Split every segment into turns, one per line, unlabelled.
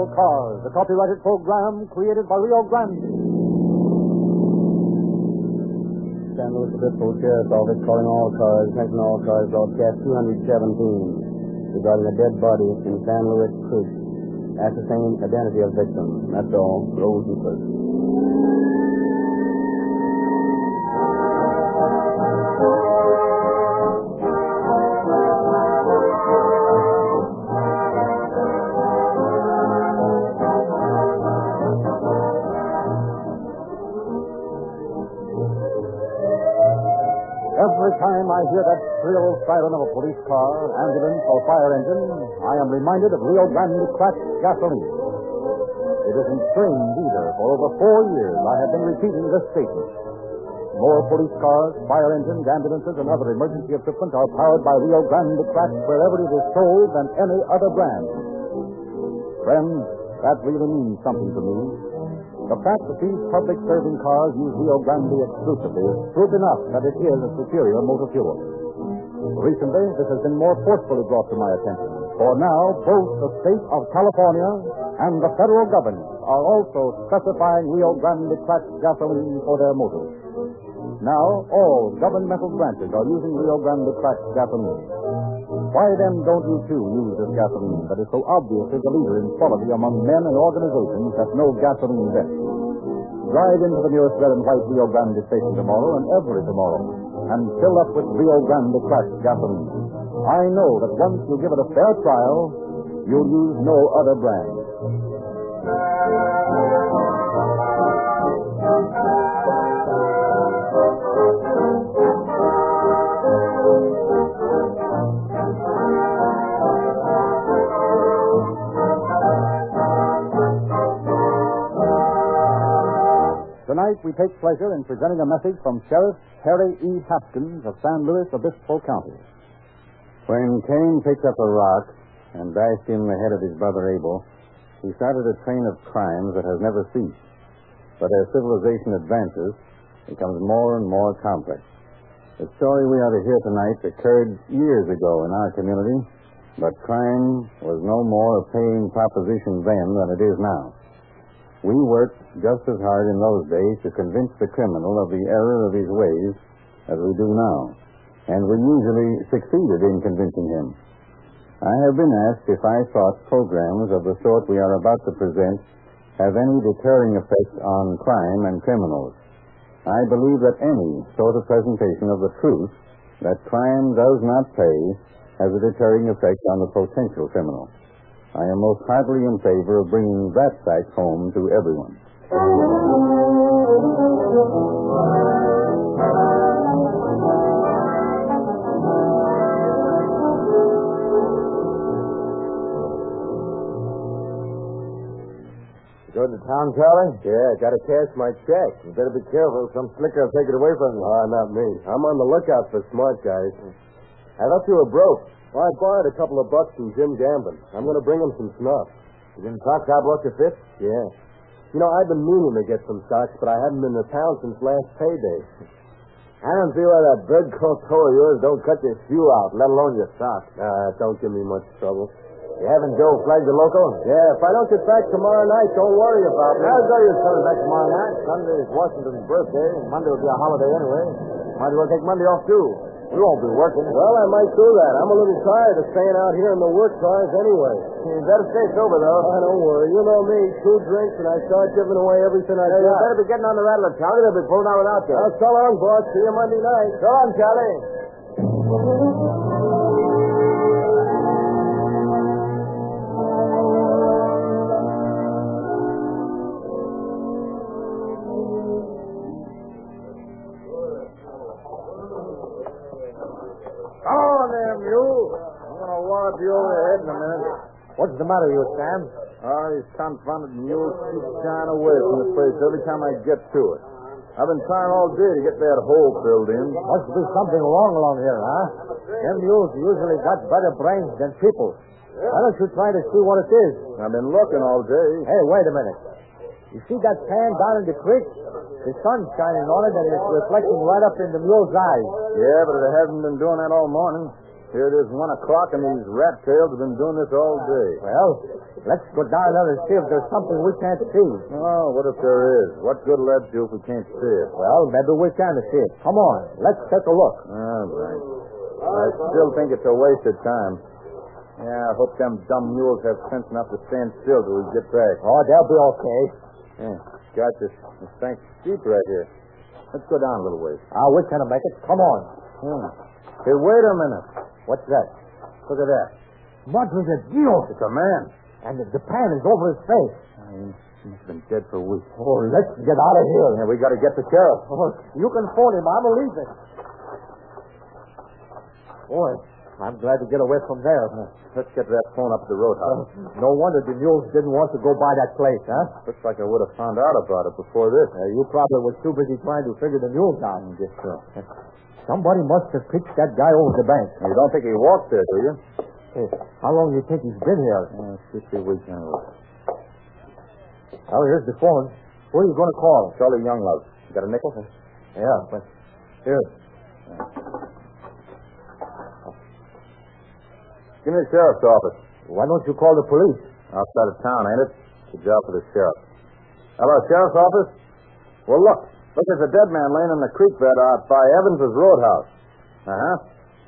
The copyrighted program created by Rio Grande. San Luis Obispo Sheriff's Office calling all cars, attention all cars, broadcast 217 regarding a dead body in San Luis Creek. Ascertain identity of victim. That's all. Rose and Cliff. Every time I hear that shrill siren of a police car, ambulance, or fire engine, I am reminded of Rio Grande cracked gasoline. It isn't strange either. For over four years, I have been repeating this statement. More police cars, fire engines, ambulances, and other emergency equipment are powered by Rio Grande cracked wherever it is sold than any other brand. Friends, that really means something to me. The fact that these public serving cars use Rio Grande exclusively is proof enough that it is a superior motor fuel. Recently, this has been more forcefully brought to my attention. For now, both the state of California and the federal government are also specifying Rio Grande cracked gasoline for their motors. Now, all governmental branches are using Rio Grande cracked gasoline. Why then don't you too use this gasoline that is so obviously the leader in quality among men and organizations that know gasoline best? Drive into the nearest red and white Rio Grande station tomorrow and every tomorrow and fill up with Rio Grande cracked gasoline. I know that once you give it a fair trial, you'll use no other brand. Tonight, we take pleasure in presenting a message from Sheriff Harry E. Haskins of San Luis Obispo County. When Cain picked up a rock and bashed in the head of his brother Abel, he started a train of crimes that has never ceased. But as civilization advances, it becomes more and more complex. The story we are to hear tonight occurred years ago in our community, but crime was no more a paying proposition then than it is now. We worked just as hard in those days to convince the criminal of the error of his ways as we do now, and we usually succeeded in convincing him. I have been asked if I thought programs of the sort we are about to present have any deterring effect on crime and criminals. I believe that any sort of presentation of the truth that crime does not pay has a deterring effect on the potential criminal. I am most heartily in favor of bringing that fact home to everyone.
Going to town, Charlie? Yeah, gotta cash my check. You better be careful. Some slicker will take it away from you. Ah, not me. I'm on the lookout for smart guys. I thought you were broke. Well, I borrowed a couple of bucks from Jim Gambin. I'm gonna bring him some snuff. You been sock job luck your fifth? Yeah. You know, I've been meaning to get some stocks, but I haven't been to town since last payday. I don't see why that bread coat toe of yours don't cut your shoe out, let alone your sock. Uh, don't give me much trouble. You haven't Joe flagged the local? Yeah, if I don't get back tomorrow night, don't worry about me. I'll tell you coming back tomorrow night. Sunday is Washington's birthday, and Monday will be a holiday anyway. Might as well take Monday off, too. We won't be working. Well, I might do that. I'm a little tired of staying out here in the work cars anyway. You better stay sober, though. I don't worry. You know me. Two drinks, and I start giving away everything I got. You better be getting on the rattle of Charlie. They'll be pulling out without you. so long, boss. See you Monday night. So long, Charlie. Oh, there, Mule. I'm going to wallop you over the head in a minute. What's the matter, you, Sam? Oh, these confounded mules keep shying away from the place every time I get to it. I've been trying all day to get that hole filled in.
Must be something wrong along here, huh? Them mules usually got better brains than people. Why don't you try to see what it is?
I've been looking all day.
Hey, wait a minute. You see that sand down in the creek? The sun's shining on it and it's reflecting right up in the mule's eyes.
Yeah, but it hasn't been doing that all morning.
Here it is one o'clock, and these rat tails have been doing this all day.
Well, let's go down there and see if there's something we can't see.
Oh, what if there is? What good will that do if we can't see it?
Well, maybe we can see it. Come on, let's take a look.
All right. I still think it's a waste of time. Yeah, I hope them dumb mules have sense enough to stand still till we get back.
Oh, they'll be okay.
Yeah, got this. This thing's steep right here. Let's go down a little ways.
Ah, we're gonna make it. Come on.
Hmm. Hey, wait a minute.
What's that?
Look at that.
Madre de Dios!
It's a man.
And the pan is over his face.
He's been dead for weeks.
Oh, let's get out of here.
Yeah, we got to get the sheriff.
Oh, you can phone him. I believe it. Boy, I'm glad to get away from there.
Let's get that phone up to the
Uh,
roadhouse.
no wonder the mules didn't want to go by that place, huh?
Looks like I would have found out about it before this.
Uh, you probably were too busy trying to figure the mules out.
I guess so.
Somebody must have pitched that guy over the bank.
You don't think he walked there, do you?
Hey, how long do you think he's been here?
Yeah, it's just a week now.
Well, here's the phone. Who are you going to call?
Charlie Younglove. You got a nickel?
Yeah, but here.
Give me the sheriff's office.
Why don't you call the police?
Outside of town, ain't it? It's a job for the sheriff. Hello, sheriff's office? Well, look. Look, there's a dead man laying in the creek bed out by Evans's roadhouse. Uh-huh.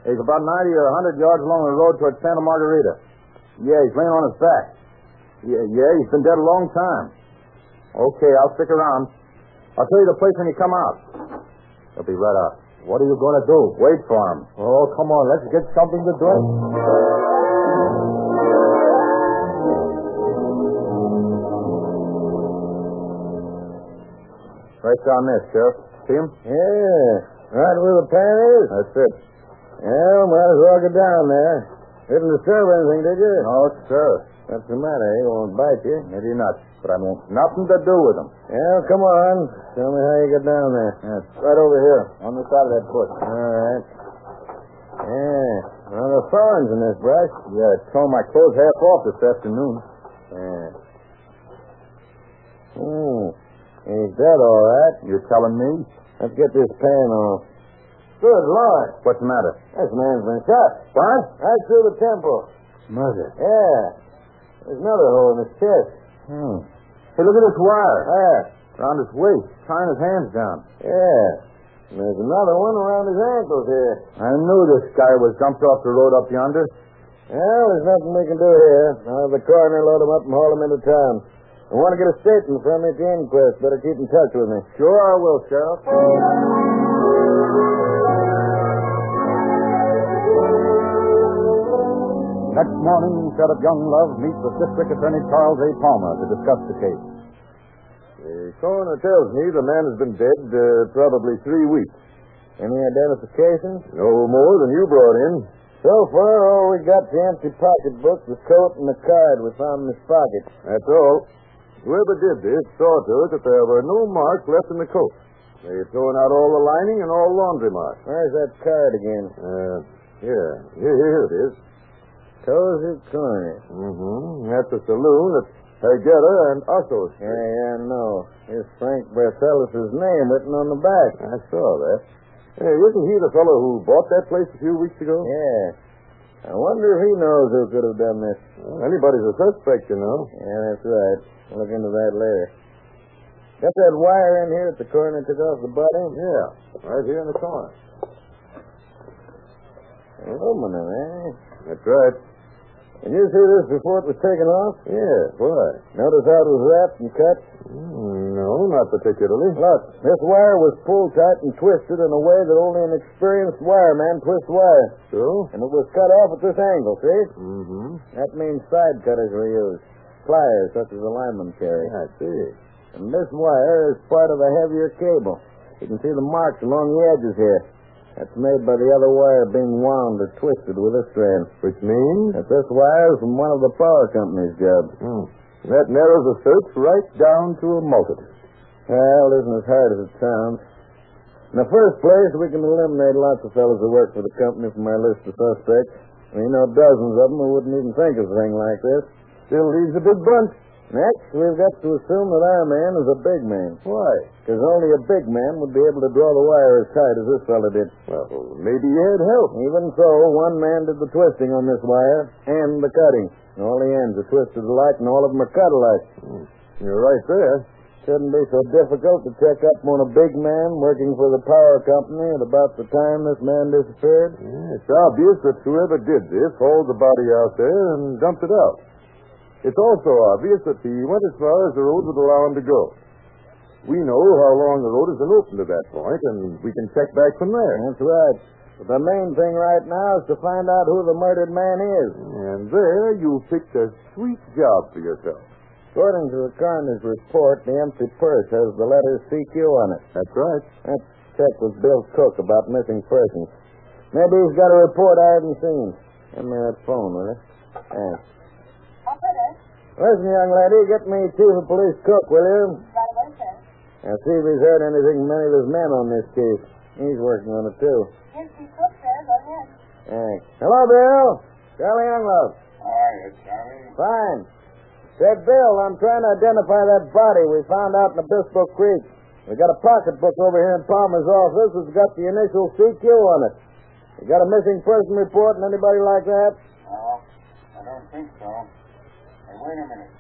He's about 90 or 100 yards along the road toward Santa Margarita. Yeah, he's laying on his back. Yeah, yeah, he's been dead a long time. Okay, I'll stick around. I'll tell you the place when you come out. He'll be right out.
What are you going to do?
Wait for him.
Oh, come on. Let's get something to drink.
Right down there, Sheriff. See him?
Yeah. Right where the pan is.
That's it.
Yeah, might as well get down there. Didn't disturb anything, did you?
No, sir.
What's the matter? He won't bite you.
Maybe not, but I want nothing to do with him.
Well, come on. Tell me how you get down there.
Yes.
Right over here.
On the side of that bush.
All right. Yeah. A lot of thorns in this brush.
Yeah, it torn my clothes half off this afternoon.
Yeah. Hmm. He's dead, all right.
You're telling me?
Let's get this pan off. Good Lord.
What's the matter?
This man's been shot.
What?
Right through the temple.
Murder.
Yeah. There's another hole in his chest.
Hmm. Hey, look at this wire.
There.
Around his waist, tying his hands down.
Yeah. And there's another one around his ankles here.
I knew this guy was dumped off the road up yonder.
Well, there's nothing we can do here. I'll have the coroner load him up and haul him into town. I want to get a statement from him at the inquest. Better keep in touch with me.
Sure I will, Sheriff. Next morning, Sheriff Younglove meets with District Attorney Charles A. Palmer to discuss the case.
The coroner tells me the man has been dead uh, probably three weeks. Any identification?
No more than you brought in.
So far, all we got's the empty pocketbook, the coat, and the card we found in his pocket.
That's all. Whoever did this saw to it that there were no marks left in the coat. They had thrown out all the lining and all laundry marks.
Where's that card again?
Uh, here. Here, here it is.
Cozy Corner.
Mm-hmm. That's the saloon at Hagetta and Otto's.
Yeah, yeah, no. Here's Frank Barcelos' name written on the back.
I saw that. Hey, isn't he the fellow who bought that place a few weeks ago?
Yeah. I wonder if he knows who could have done this.
Anybody's a suspect, you know.
Yeah, that's right. We'll look into that later. Got that wire in here that the coroner took off the body?
Yeah, right here in the corner.
Aluminum, eh?
That's right.
Did you see this before it was taken off?
Yeah, why?
Notice how it was wrapped and cut?
Mm, no, not particularly.
Look, this wire was pulled tight and twisted in a way that only an experienced wireman twists wire.
So?
And it was cut off at this angle, see?
Mm-hmm.
That means side cutters were used. Pliers, such as the linemen carry.
I see.
And this wire is part of a heavier cable. You can see the marks along the edges here. That's made by the other wire being wound or twisted with this strand.
Which means?
That's this wire is from one of the power company's jobs.
Hmm. That narrows the search right down to a multitude.
Well, it isn't as hard as it sounds. In the first place, we can eliminate lots of fellows who work for the company from our list of suspects. We know dozens of them who wouldn't even think of a thing like this.
Still leaves a big bunch.
Next, we've got to assume that our man is a big man. Why? Because only a big man would be able to draw the wire as tight as this fella did.
Well, maybe you had help.
Even so, one man did the twisting on this wire and the cutting. All the ends are twisted alike, and all of them are cut alike.
Hmm. You're right there.
Shouldn't be so difficult to check up on a big man working for the power company at about the time this man disappeared.
Yeah, it's obvious that whoever did this hauled the body out there and dumped it out. It's also obvious that he went as far as the road would allow him to go. We know how long the road has been open to that point, and we can check back from there.
That's right. But the main thing right now is to find out who the murdered man is.
And there you picked a sweet job for yourself.
According to the coroner's report, the empty purse has the letter CQ on it.
That's right.
Let's check with Bill Cook about missing persons. Maybe he's got a report I haven't seen. Give me that phone, will you? Thanks. Listen, young lady, get me Chief of Police Cook, will you? Now, see if he's heard anything from any of his men on this case. He's working on it, too. Thanks. Hello, Bill. Charlie Younglove.
Hiya, Charlie.
Fine. Said Bill, I'm trying to identify that body we found out in Obispo Creek. We got a pocketbook over here in Palmer's office that's got the initial CQ on it. You got a missing person report and anybody like that?
No, I don't think so. Hey, wait a minute.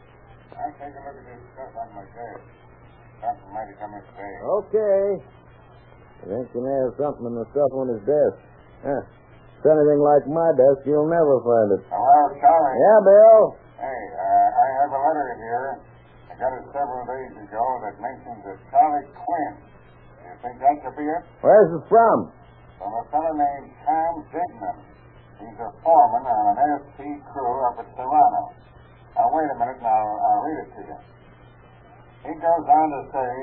I'll take a look at this stuff on my desk. Something might have come in today.
Okay. I think you may have something in the stuff on his desk. Huh. It's anything like my desk, you'll never find it.
Hello, Charlie.
Yeah, Bill.
Hey, uh, I have a letter here. I got it several days ago that mentions a Charlie Quinn. You think that could be it?
Where's it from?
From a fellow named Tom Dignan. He's a foreman on an SP crew up at Serrano. Now, wait a minute, and I'll, I'll read it to you. He goes on to say,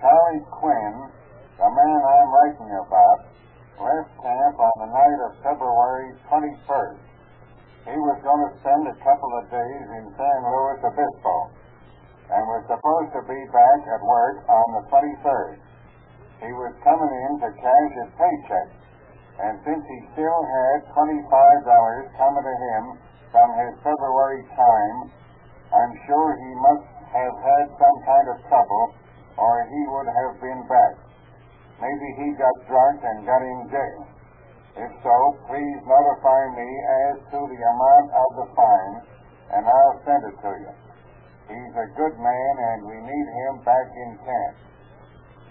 Charlie Quinn, the man I'm writing about, left camp on the night of February 21st. He was going to spend a couple of days in San Luis Obispo and was supposed to be back at work on the 23rd. He was coming in to cash his paycheck, and since he still had $25 coming to him from his February time, I'm sure he must have had some kind of trouble, or he would have been back. Maybe he got drunk and got in jail. If so, please notify me as to the amount of the fine, and I'll send it to you. He's a good man, and we need him back in camp.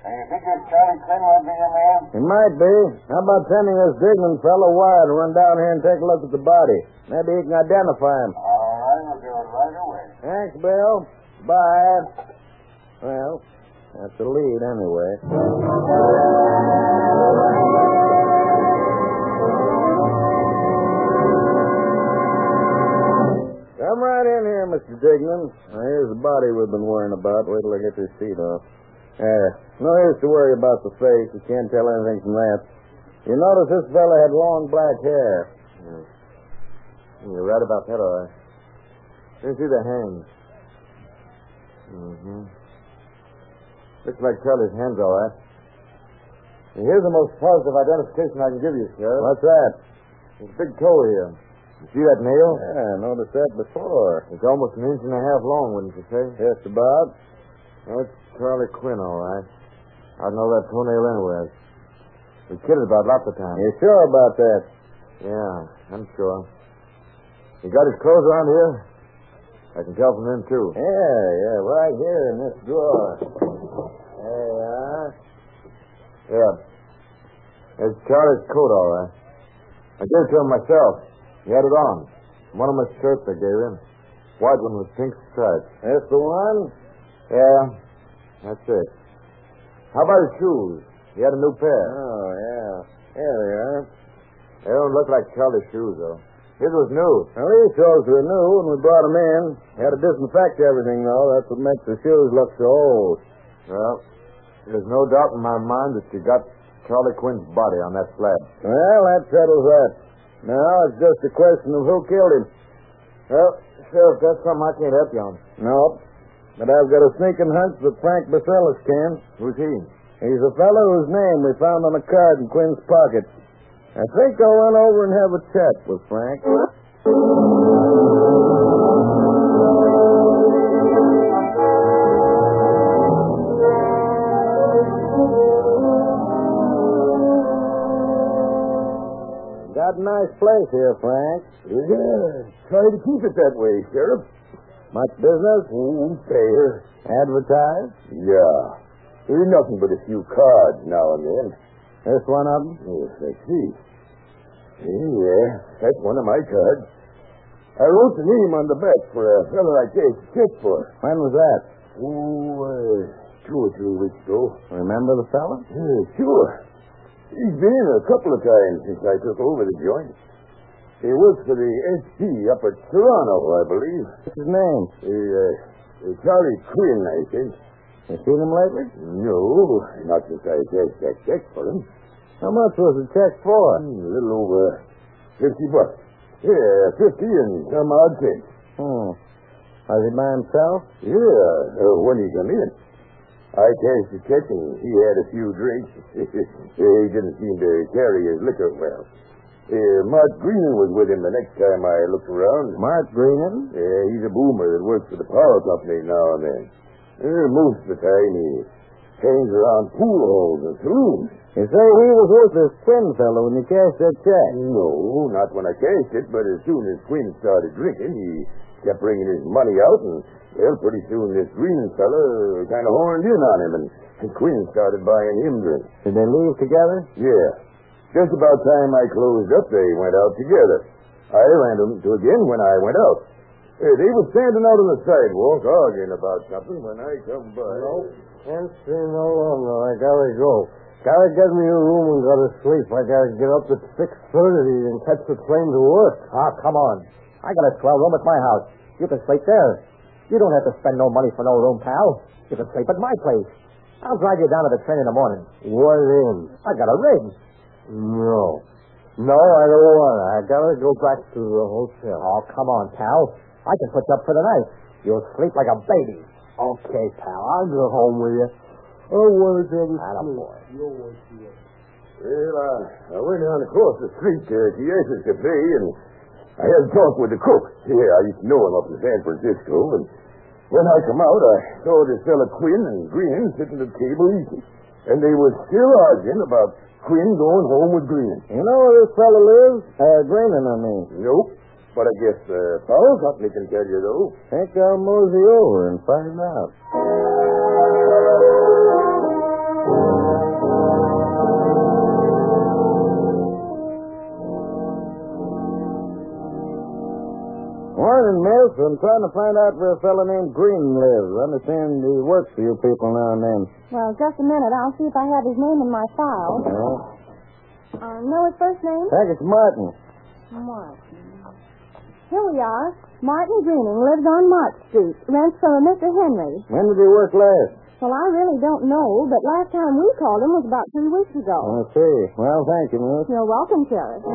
Now, you think this Charlie Quinn will be in there?
It might be. How about sending this Digman fellow a wire to run down here and take a look at the body? Maybe he can identify him.
All right, we'll do it right away.
Thanks, Bill. Bye. Well, that's a lead anyway. Come right in here, Mr. Dignan. Now, here's the body we've been worrying about. Wait till I get this sheet off. Yeah, no use to worry about the face. You can't tell anything from that. You notice this fella had long black hair. Hmm.
You're right about that, all right. Let me see the hands. Mm-hmm. Looks like Charlie's hands, all right. Here's the most positive identification I can give you, sir.
What's that?
There's a big toe here. You see that nail?
Yeah, I noticed that before.
It's almost an inch and a half long, wouldn't you say?
Just about.
That's Charlie Quinn, all right. I'd know that toenail anyway. We kidded about lots of times.
You sure about that?
Yeah, I'm sure. He got his clothes on here? I can tell from them, too.
Yeah, yeah, right here in this drawer. There you are.
Yeah. It's Charlie's coat, all right. I gave it to him myself. He had it on. One of my shirts I gave him. White one with pink stripes.
That's the one.
Yeah, that's it. How about his shoes? He had a new pair.
Oh, yeah. Here they are.
They don't look like Charlie's shoes, though. His was new.
Well, these shoes were new when we brought 'em in. Had to disinfect everything, though. That's what makes the shoes look so old.
Well, there's no doubt in my mind that you got Charlie Quinn's body on that slab.
Well, that settles that. Now it's just a question of who killed him.
Well, Sheriff, that's something I can't help you on.
Nope. But I've got a sneaking hunch that Frank Basellis can.
Who's he?
He's a fellow whose name we found on a card in Quinn's pocket. I think I'll run over and have a chat with Frank.
place here, Frank.
Is it? Try to keep it that way, Sheriff.
Much business?
Mm, fair.
Advertise?
Yeah. There's nothing but a few cards now and then.
This one of them?
Yes, I see. Yeah, yeah, that's one of my cards. I wrote the name on the back for a fellow I gave the check for.
When was that?
Oh, uh, two or three weeks ago.
Remember the fella?
Yeah, sure. He's been in a couple of times since I took over the joint. He works for the SP up at Toronto, I believe.
What's his name?
He, uh, Charlie Quinn, I think.
You seen him lately?
No, not since I cashed that check for him.
How much was the check for?
Hmm, A little over fifty bucks. Yeah, fifty and some odd cents.
Hmm. Was he by himself?
Yeah, uh, when he come in. I cashed the check and he had a few drinks. he didn't seem to carry his liquor well. Uh, Mark Green was with him the next time I looked around.
Mark Greenham?
Yeah, he's a boomer that works for the power company now and then. Uh, most of the time he hangs around pool halls and saloons.
You say he was with this Quinn fellow when you cashed that check.
No, not when I cashed it, but as soon as Quinn started drinking, he kept bringing his money out, and, well, pretty soon this green fella kind of horned in on him, and, and Quinn started buying him drinks.
Did they leave together?
Yeah. Just about time I closed up, they went out together. I ran into again when I went out. Uh, they were standing out on the sidewalk arguing about something when I come by.
Can't stay no longer. I gotta go. Gotta get me a room and go to sleep. I gotta get up at six thirty and catch the train to work.
Ah, come on. I got a swell room at my house. You can sleep there. You don't have to spend no money for no room, pal. You can sleep at my place. I'll drive you down to the train in the morning.
What in?
I got a rig.
No. No, I don't want to. I gotta go back to the hotel.
Oh, come on, pal. I can put you up for the night. You'll sleep like a baby.
Okay, pal. I'll go home with you. I want to go to
Attaboy.
Well, uh, I, I went down across the street uh, to Chiesa Cafe, and I had a talk with the cook. Yeah, I used to know him up in San Francisco, and when I come out, I saw this fella Quinn and Green sitting at the table eating. And they were still arguing about Quinn going home with Green.
You know where this fella lives? Uh, Greenan, I mean.
Nope. But I guess uh, the power company can tell you, though.
Think I'll mosey over and find out. Morning, miss. I'm trying to find out where a fella named Green lives. I understand he works for you people now and then.
Well, just a minute. I'll see if I have his name in my file.
Well,
Uh, know his first name?
I think it's Martin.
Martin. Here we are. Martin Greening lives on Mott Street. Rents from a Mr. Henry.
When did he work last?
Well, I really don't know, but last time we called him was about three weeks ago.
I see. Well, thank you, miss.
You're welcome, Sheriff.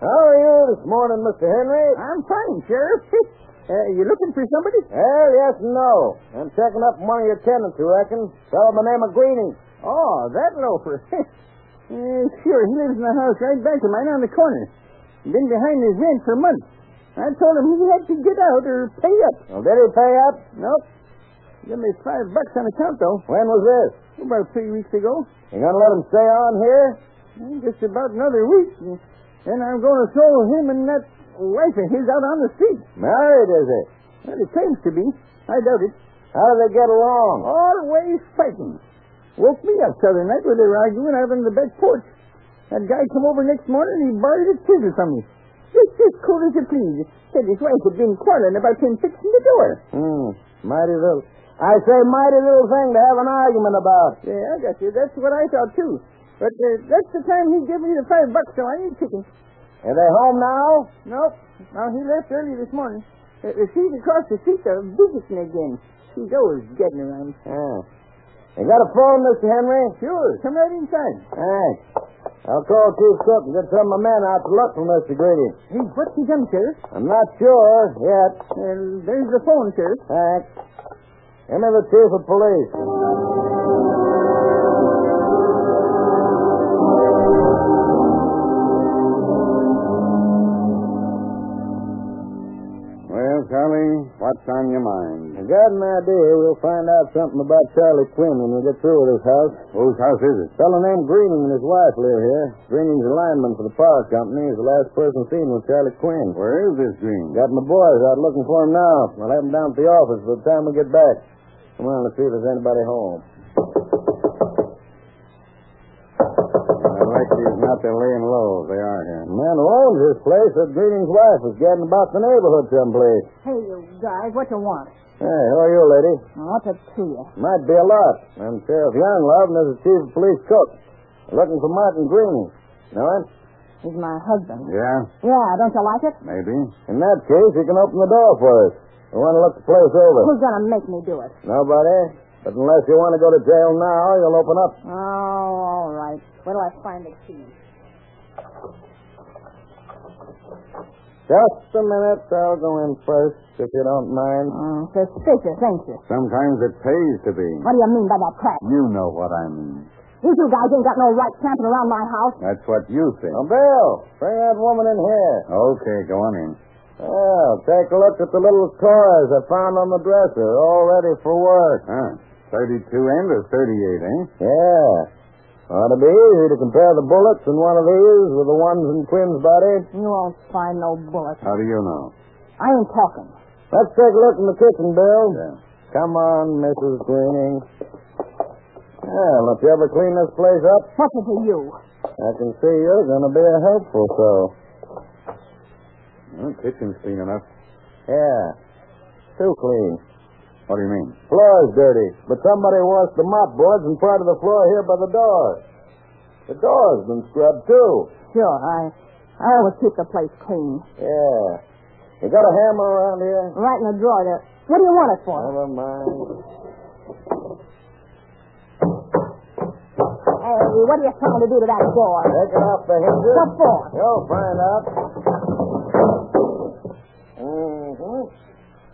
How are you this morning, Mr. Henry?
I'm fine, Sheriff. uh, you looking for somebody?
Well, yes and no. I'm checking up one of your tenants, you reckon. Fellow by the name of Greening.
Oh, that loafer. uh, sure, he lives in the house right back of mine on the corner. Been behind his rent for months. I told him he had to get out or pay up.
Well, did he pay up?
Nope. Give me five bucks on account, though.
When was this?
About three weeks ago.
You
Uh,
gonna let him stay on here?
Just about another week. and Then I'm going to throw him and that wife of his out on the street.
Married, is he?
Well, it claims to be. I doubt it.
How do they get along?
Always fighting. Woke me up the other night where they were arguing out on the back porch. That guy come over next morning and he borrowed his scissors from me. Just as cool as you please. Said his wife had been quarreling about him fixing the door.
Hmm. Mighty little. I say mighty little thing to have an argument about.
Yeah, I got you. That's what I thought too. But uh, that's the time he gave me the five bucks, so I ain't kicking.
Are they home now?
Nope. Now he left early this morning. Uh, uh, she's across the street though, visiting again. She's always getting around.
Yeah. You got a phone, Mr. Henry?
Sure, come right inside.
Thanks. I'll call Chief Cook and get some of my men out to look for Mr. Grady.
Hey, what's he done, Sheriff?
I'm not sure yet.
Well, there's the phone, Sheriff.
Thanks. Give me the chief of police. Well, Charlie, why
What's on your
I
mind?
got an idea we'll find out something about Charlie Quinn when we get through with his house.
Whose house is it?
fellow named Greening and his wife live here. Greening's a lineman for the power company. He's the last person seen with Charlie Quinn.
Where is this green?
Got my boys out looking for him now. I'll have him down at the office by the time we get back. Come on, let's see if there's anybody home.
I like these not to laying low. They are here.
The man who owns this place said Greening's wife was gadding about the neighborhood someplace.
Hey, you guys, what you want?
Hey, who are you, lady?
What's it to you?
Might be a lot. I'm Sheriff Younglove, and there's a chief of police cook. Looking for Martin Greening. Know him?
He's my husband.
Yeah,
Yeah, don't you like it?
maybe.
In that case, you can open the door for us. We want to look the place over.
Who's gonna make me do it?
Nobody? But unless you want to go to jail now, you'll open up.
Oh, all right. Where do I find the key?
Just a minute. I'll go in first, if you don't mind.
Mm, suspicious, ain't you?
Sometimes it pays to be.
What do you mean by that crap?
You know what I mean.
These you guys ain't got no right camping around my house.
That's what you think.
Now, Bill, bring that woman in here.
Okay, go on in.
Well, take a look at the little toys I found on the dresser, all ready for work.
Huh. 32 and or 38, eh?
Yeah. Ought to be easy to compare the bullets in one of these with the ones in Quinn's body.
You won't find no bullets.
How do you know?
I ain't talking.
Let's take a look in the kitchen, Bill.
Yeah.
Come on, Mrs. Greening. Well, if you ever clean this place up,
What's it to you?
I can see you're going to be a helpful soul.
Well, kitchen's clean enough.
Yeah. Too clean.
What do you mean?
Floor's dirty, but somebody washed the mop boards in front of the floor here by the door. The door's been scrubbed, too.
Sure, I, I always keep the place clean.
Yeah. You got a hammer around here?
Right in the drawer there. What do you want it for?
Never mind.
Hey, what are you trying to do to that door?
Take it off the hinges.
What for?
You'll find out. Mm-hmm.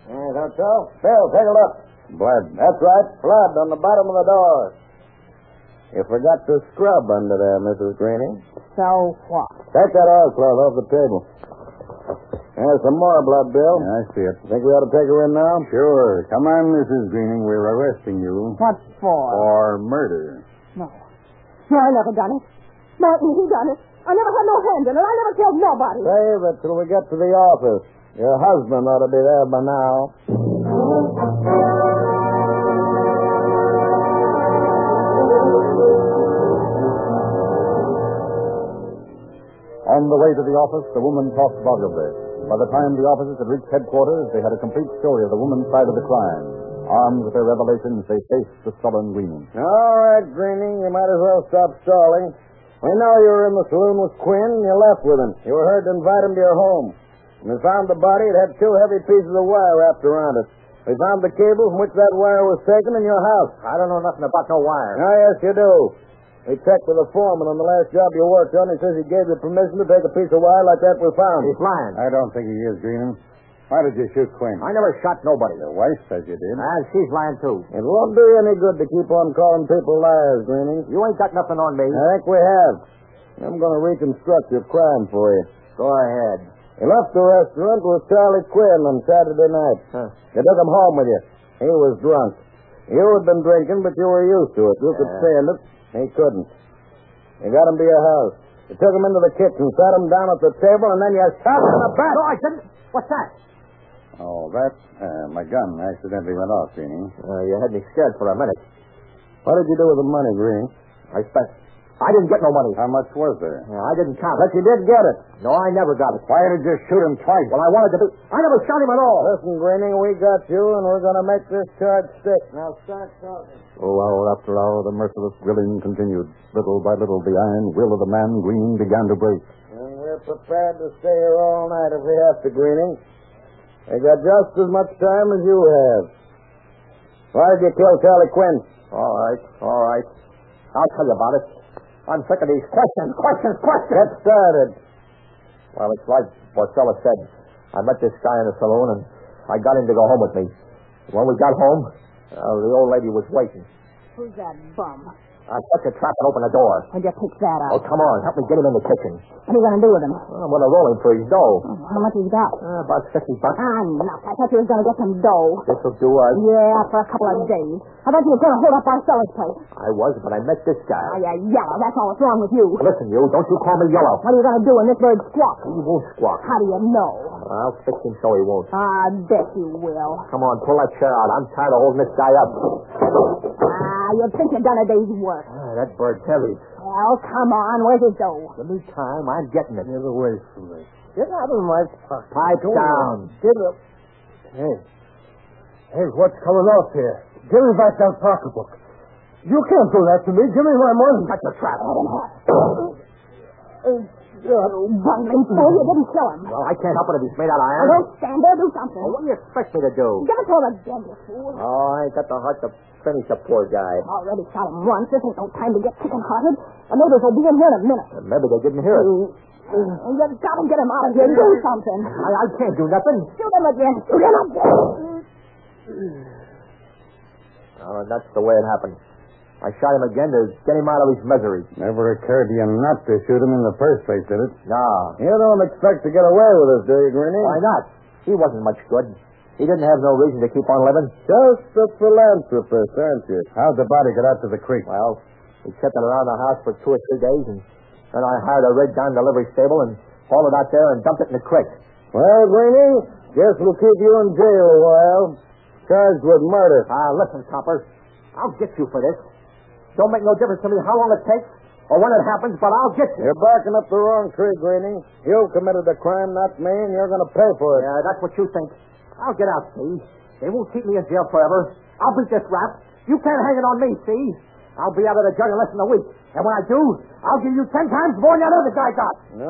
Yeah, don't you? Bill, take a look.
Blood.
That's right. Blood on the bottom of the door. You forgot to scrub under there, Mrs. Greening.
So what?
Take that oilcloth off the table. There's some more blood, Bill.
Yeah, I see it.
Think we ought to take her in now?
Sure. Come on, Mrs. Greening. We're arresting you
What for?
for murder.
No. No, I never done it. Martin, he done it. I never had no hand in it. I never killed nobody.
Save it till we get to the office. Your husband ought to be there by now.
On the way to the office, the woman talked volubly. By the time the officers had reached headquarters, they had a complete story of the woman's side of the crime. Armed with their revelations, they faced the sullen Greening.
All right, Greening, you might as well stop stalling. We know you were in the saloon with Quinn and you left with him. You were heard to invite him to your home. When we found the body, it had two heavy pieces of wire wrapped around it. We found the cable from which that wire was taken in your house.
I don't know nothing about no wire.
Oh, yes, you do. We checked with the foreman on the last job you worked on. He says he gave you permission to take a piece of wire like that we found.
lying. I don't think he is, Greening. Why did you shoot Quinn? I never shot nobody. Your wife says you did.
Ah, she's lying too.
It won't do you any good to keep on calling people liars, Greening.
You ain't got nothing on me.
I think we have. I'm going to reconstruct your crime for you.
Go ahead.
You left the restaurant with Charlie Quinn on Saturday night.
Huh.
You took him home with you. He was drunk. You had been drinking, but you were used to it. You could
Yeah.
stand it. He couldn't. You got him to your house. You took him into the kitchen, sat him down at the table, and then you shot him in the back.
No, I didn't. What's that?
Oh, that? Uh, my gun accidentally went off, Greening.
Uh, you had me scared for a minute.
What did you do with the money, Green?
I spent. I didn't get no money.
How much was there?
Yeah, I didn't count
But
it.
you did get it.
No, I never got it.
Why did you shoot him twice?
Well, I wanted to be. I never shot him at all.
Listen, Greening, we got you, and we're going to make this charge stick. Now start talking.
Oh, hour after hour, the merciless grilling continued. Little by little, the iron will of the man Greening began to break.
And we're prepared to stay here all night if we have to, Greening. We got just as much time as you have. Why did you kill Charlie Quinn?
All right, all right. I'll tell you about it. I'm sick of these questions, questions, questions.
Get started.
Well, it's like Marcella said. I met this guy in the saloon, and I got him to go home with me. When we got home, uh, the old lady was waiting.
Who's that bum?
Now, shut the trap and open the door.
How'd you pick that
Oh,
up?
come on. Help me get him in the kitchen.
What are you going to do with him?
Oh, I'm going to roll him for his dough.
Oh, how much has he got?
Uh, about 50 bucks.
Ah, enough. I thought you was going to get some dough.
This'll do uh, us.
Yeah, for a couple of days. I thought you were going to hold up our seller's place.
I was, but I met this
Oh,
guy.
yeah, yellow. That's all that's wrong with you. What
Listen, you, don't you call me yellow.
are you going to do when this bird squawks?
He won't squawk.
How do you know? Ah,
I'll fix him so he won't.
I bet you will.
Come on, pull that chair out. I'm tired of holding this guy up.
Ah, you think you've done a day's work.
Ah, that bird's heavy.
Well, come on. Where's his dough?
Give me time. I'm getting it.
Get away from me. Get out of my pocket.
Pipe
Go
down.
on. Get up. Hey. Hey, what's coming off here? Give me back that pocketbook. You can't do that to me. Give me my money.
Cut the trap. Let him have it.
God.
Bungling fool. You didn't kill him.
Well, I can't help it if he's made out of
Now,
Uh-huh.
iron.
don't stand there. Do something.
Well, what do you expect me to do?
Give it to him again, you fool.
Oh, I ain't got the heart to finish the poor guy.
Already shot him once. This ain't no time to get chicken-hearted. The neighbors will be in here in a minute.
Maybe they didn't hear it.
You've got to get him out of here. Do something.
I, I can't do nothing.
Shoot him again. Shoot him again.
Oh, that's the way it happened. I shot him again to get him out of his misery.
Never occurred to you not to shoot him in the first place, did it?
No.
You don't expect to get away with us, do you, Greeny?
Why not? He wasn't much good. He didn't have no reason to keep on living.
Just a philanthropist, aren't you? How'd the body get out to the creek?
Well, we kept it around the house for two or three days, and then I hired a rig down to the livery stable and hauled it out there and dumped it in the creek.
Well, Greeny, guess we'll keep you in jail a while. Charged with murder.
Ah, listen, Copper. I'll get you for this. Don't make no difference to me how long it takes or when it happens, but I'll get you.
You're backing up the wrong tree, Greeny. You committed the crime, not me, and you're going to pay for it.
Yeah, that's what you think. I'll get out, see? They won't keep me in jail forever. I'll beat this rap. You can't hang it on me, see? I'll be out of the jug in less than a week. And when I do, I'll give you ten times more than that other guy got.
No,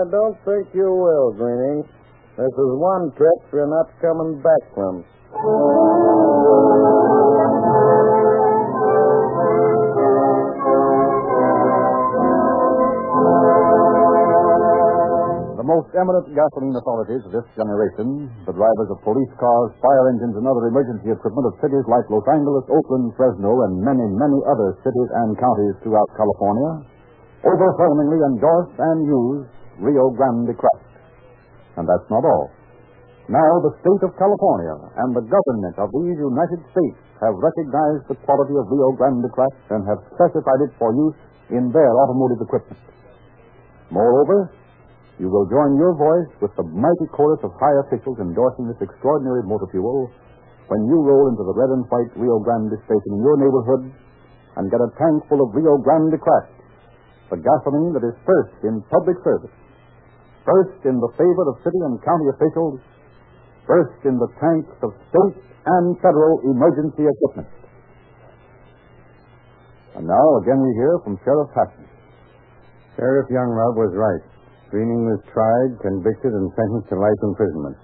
I don't think you will, Greeny. This is one trip you're not coming back from.
The most eminent gasoline authorities of this generation, the drivers of police cars, fire engines, and other emergency equipment of cities like Los Angeles, Oakland, Fresno, and many, many other cities and counties throughout California, overwhelmingly endorse and use Rio Grande Craft. And that's not all. Now the state of California and the government of these United States have recognized the quality of Rio Grande Craft and have specified it for use in their automotive equipment. Moreover, you will join your voice with the mighty chorus of high officials endorsing this extraordinary motor fuel when you roll into the red and white Rio Grande station in your neighborhood and get a tank full of Rio Grande Craft, the gasoline that is first in public service, first in the favor of city and county officials, first in the tanks of state and federal emergency equipment. And now again we hear from Sheriff Patton.
Sheriff Younglove was right. Greening was tried, convicted, and sentenced to life imprisonment.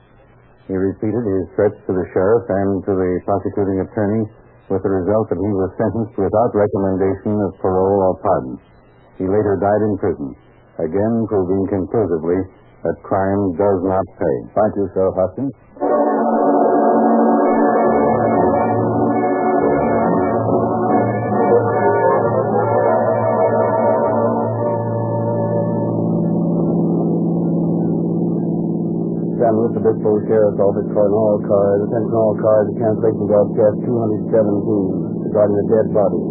He repeated his threats to the sheriff and to the prosecuting attorney, with the result that he was sentenced without recommendation of parole or pardon. He later died in prison, again proving conclusively that crime does not pay.
Thank you, Sheriff Hopkins.
San Luis Obispo Sheriff's Office calling all cars. Attention all cars. The cancellation broadcast 217 regarding the dead body.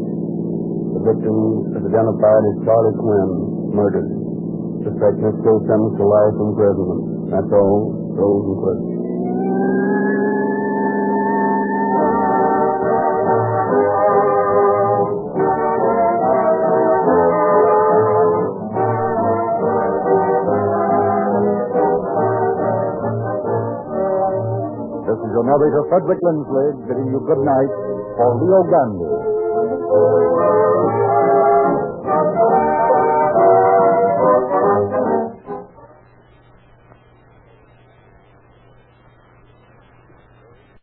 The victim is identified as Charlie Quinn, murdered. Suspect in this case sentenced to life imprisonment. That's all. Rolls and clips.
This is your narrator, Frederick Lindsley, bidding you good night for Rio Grande.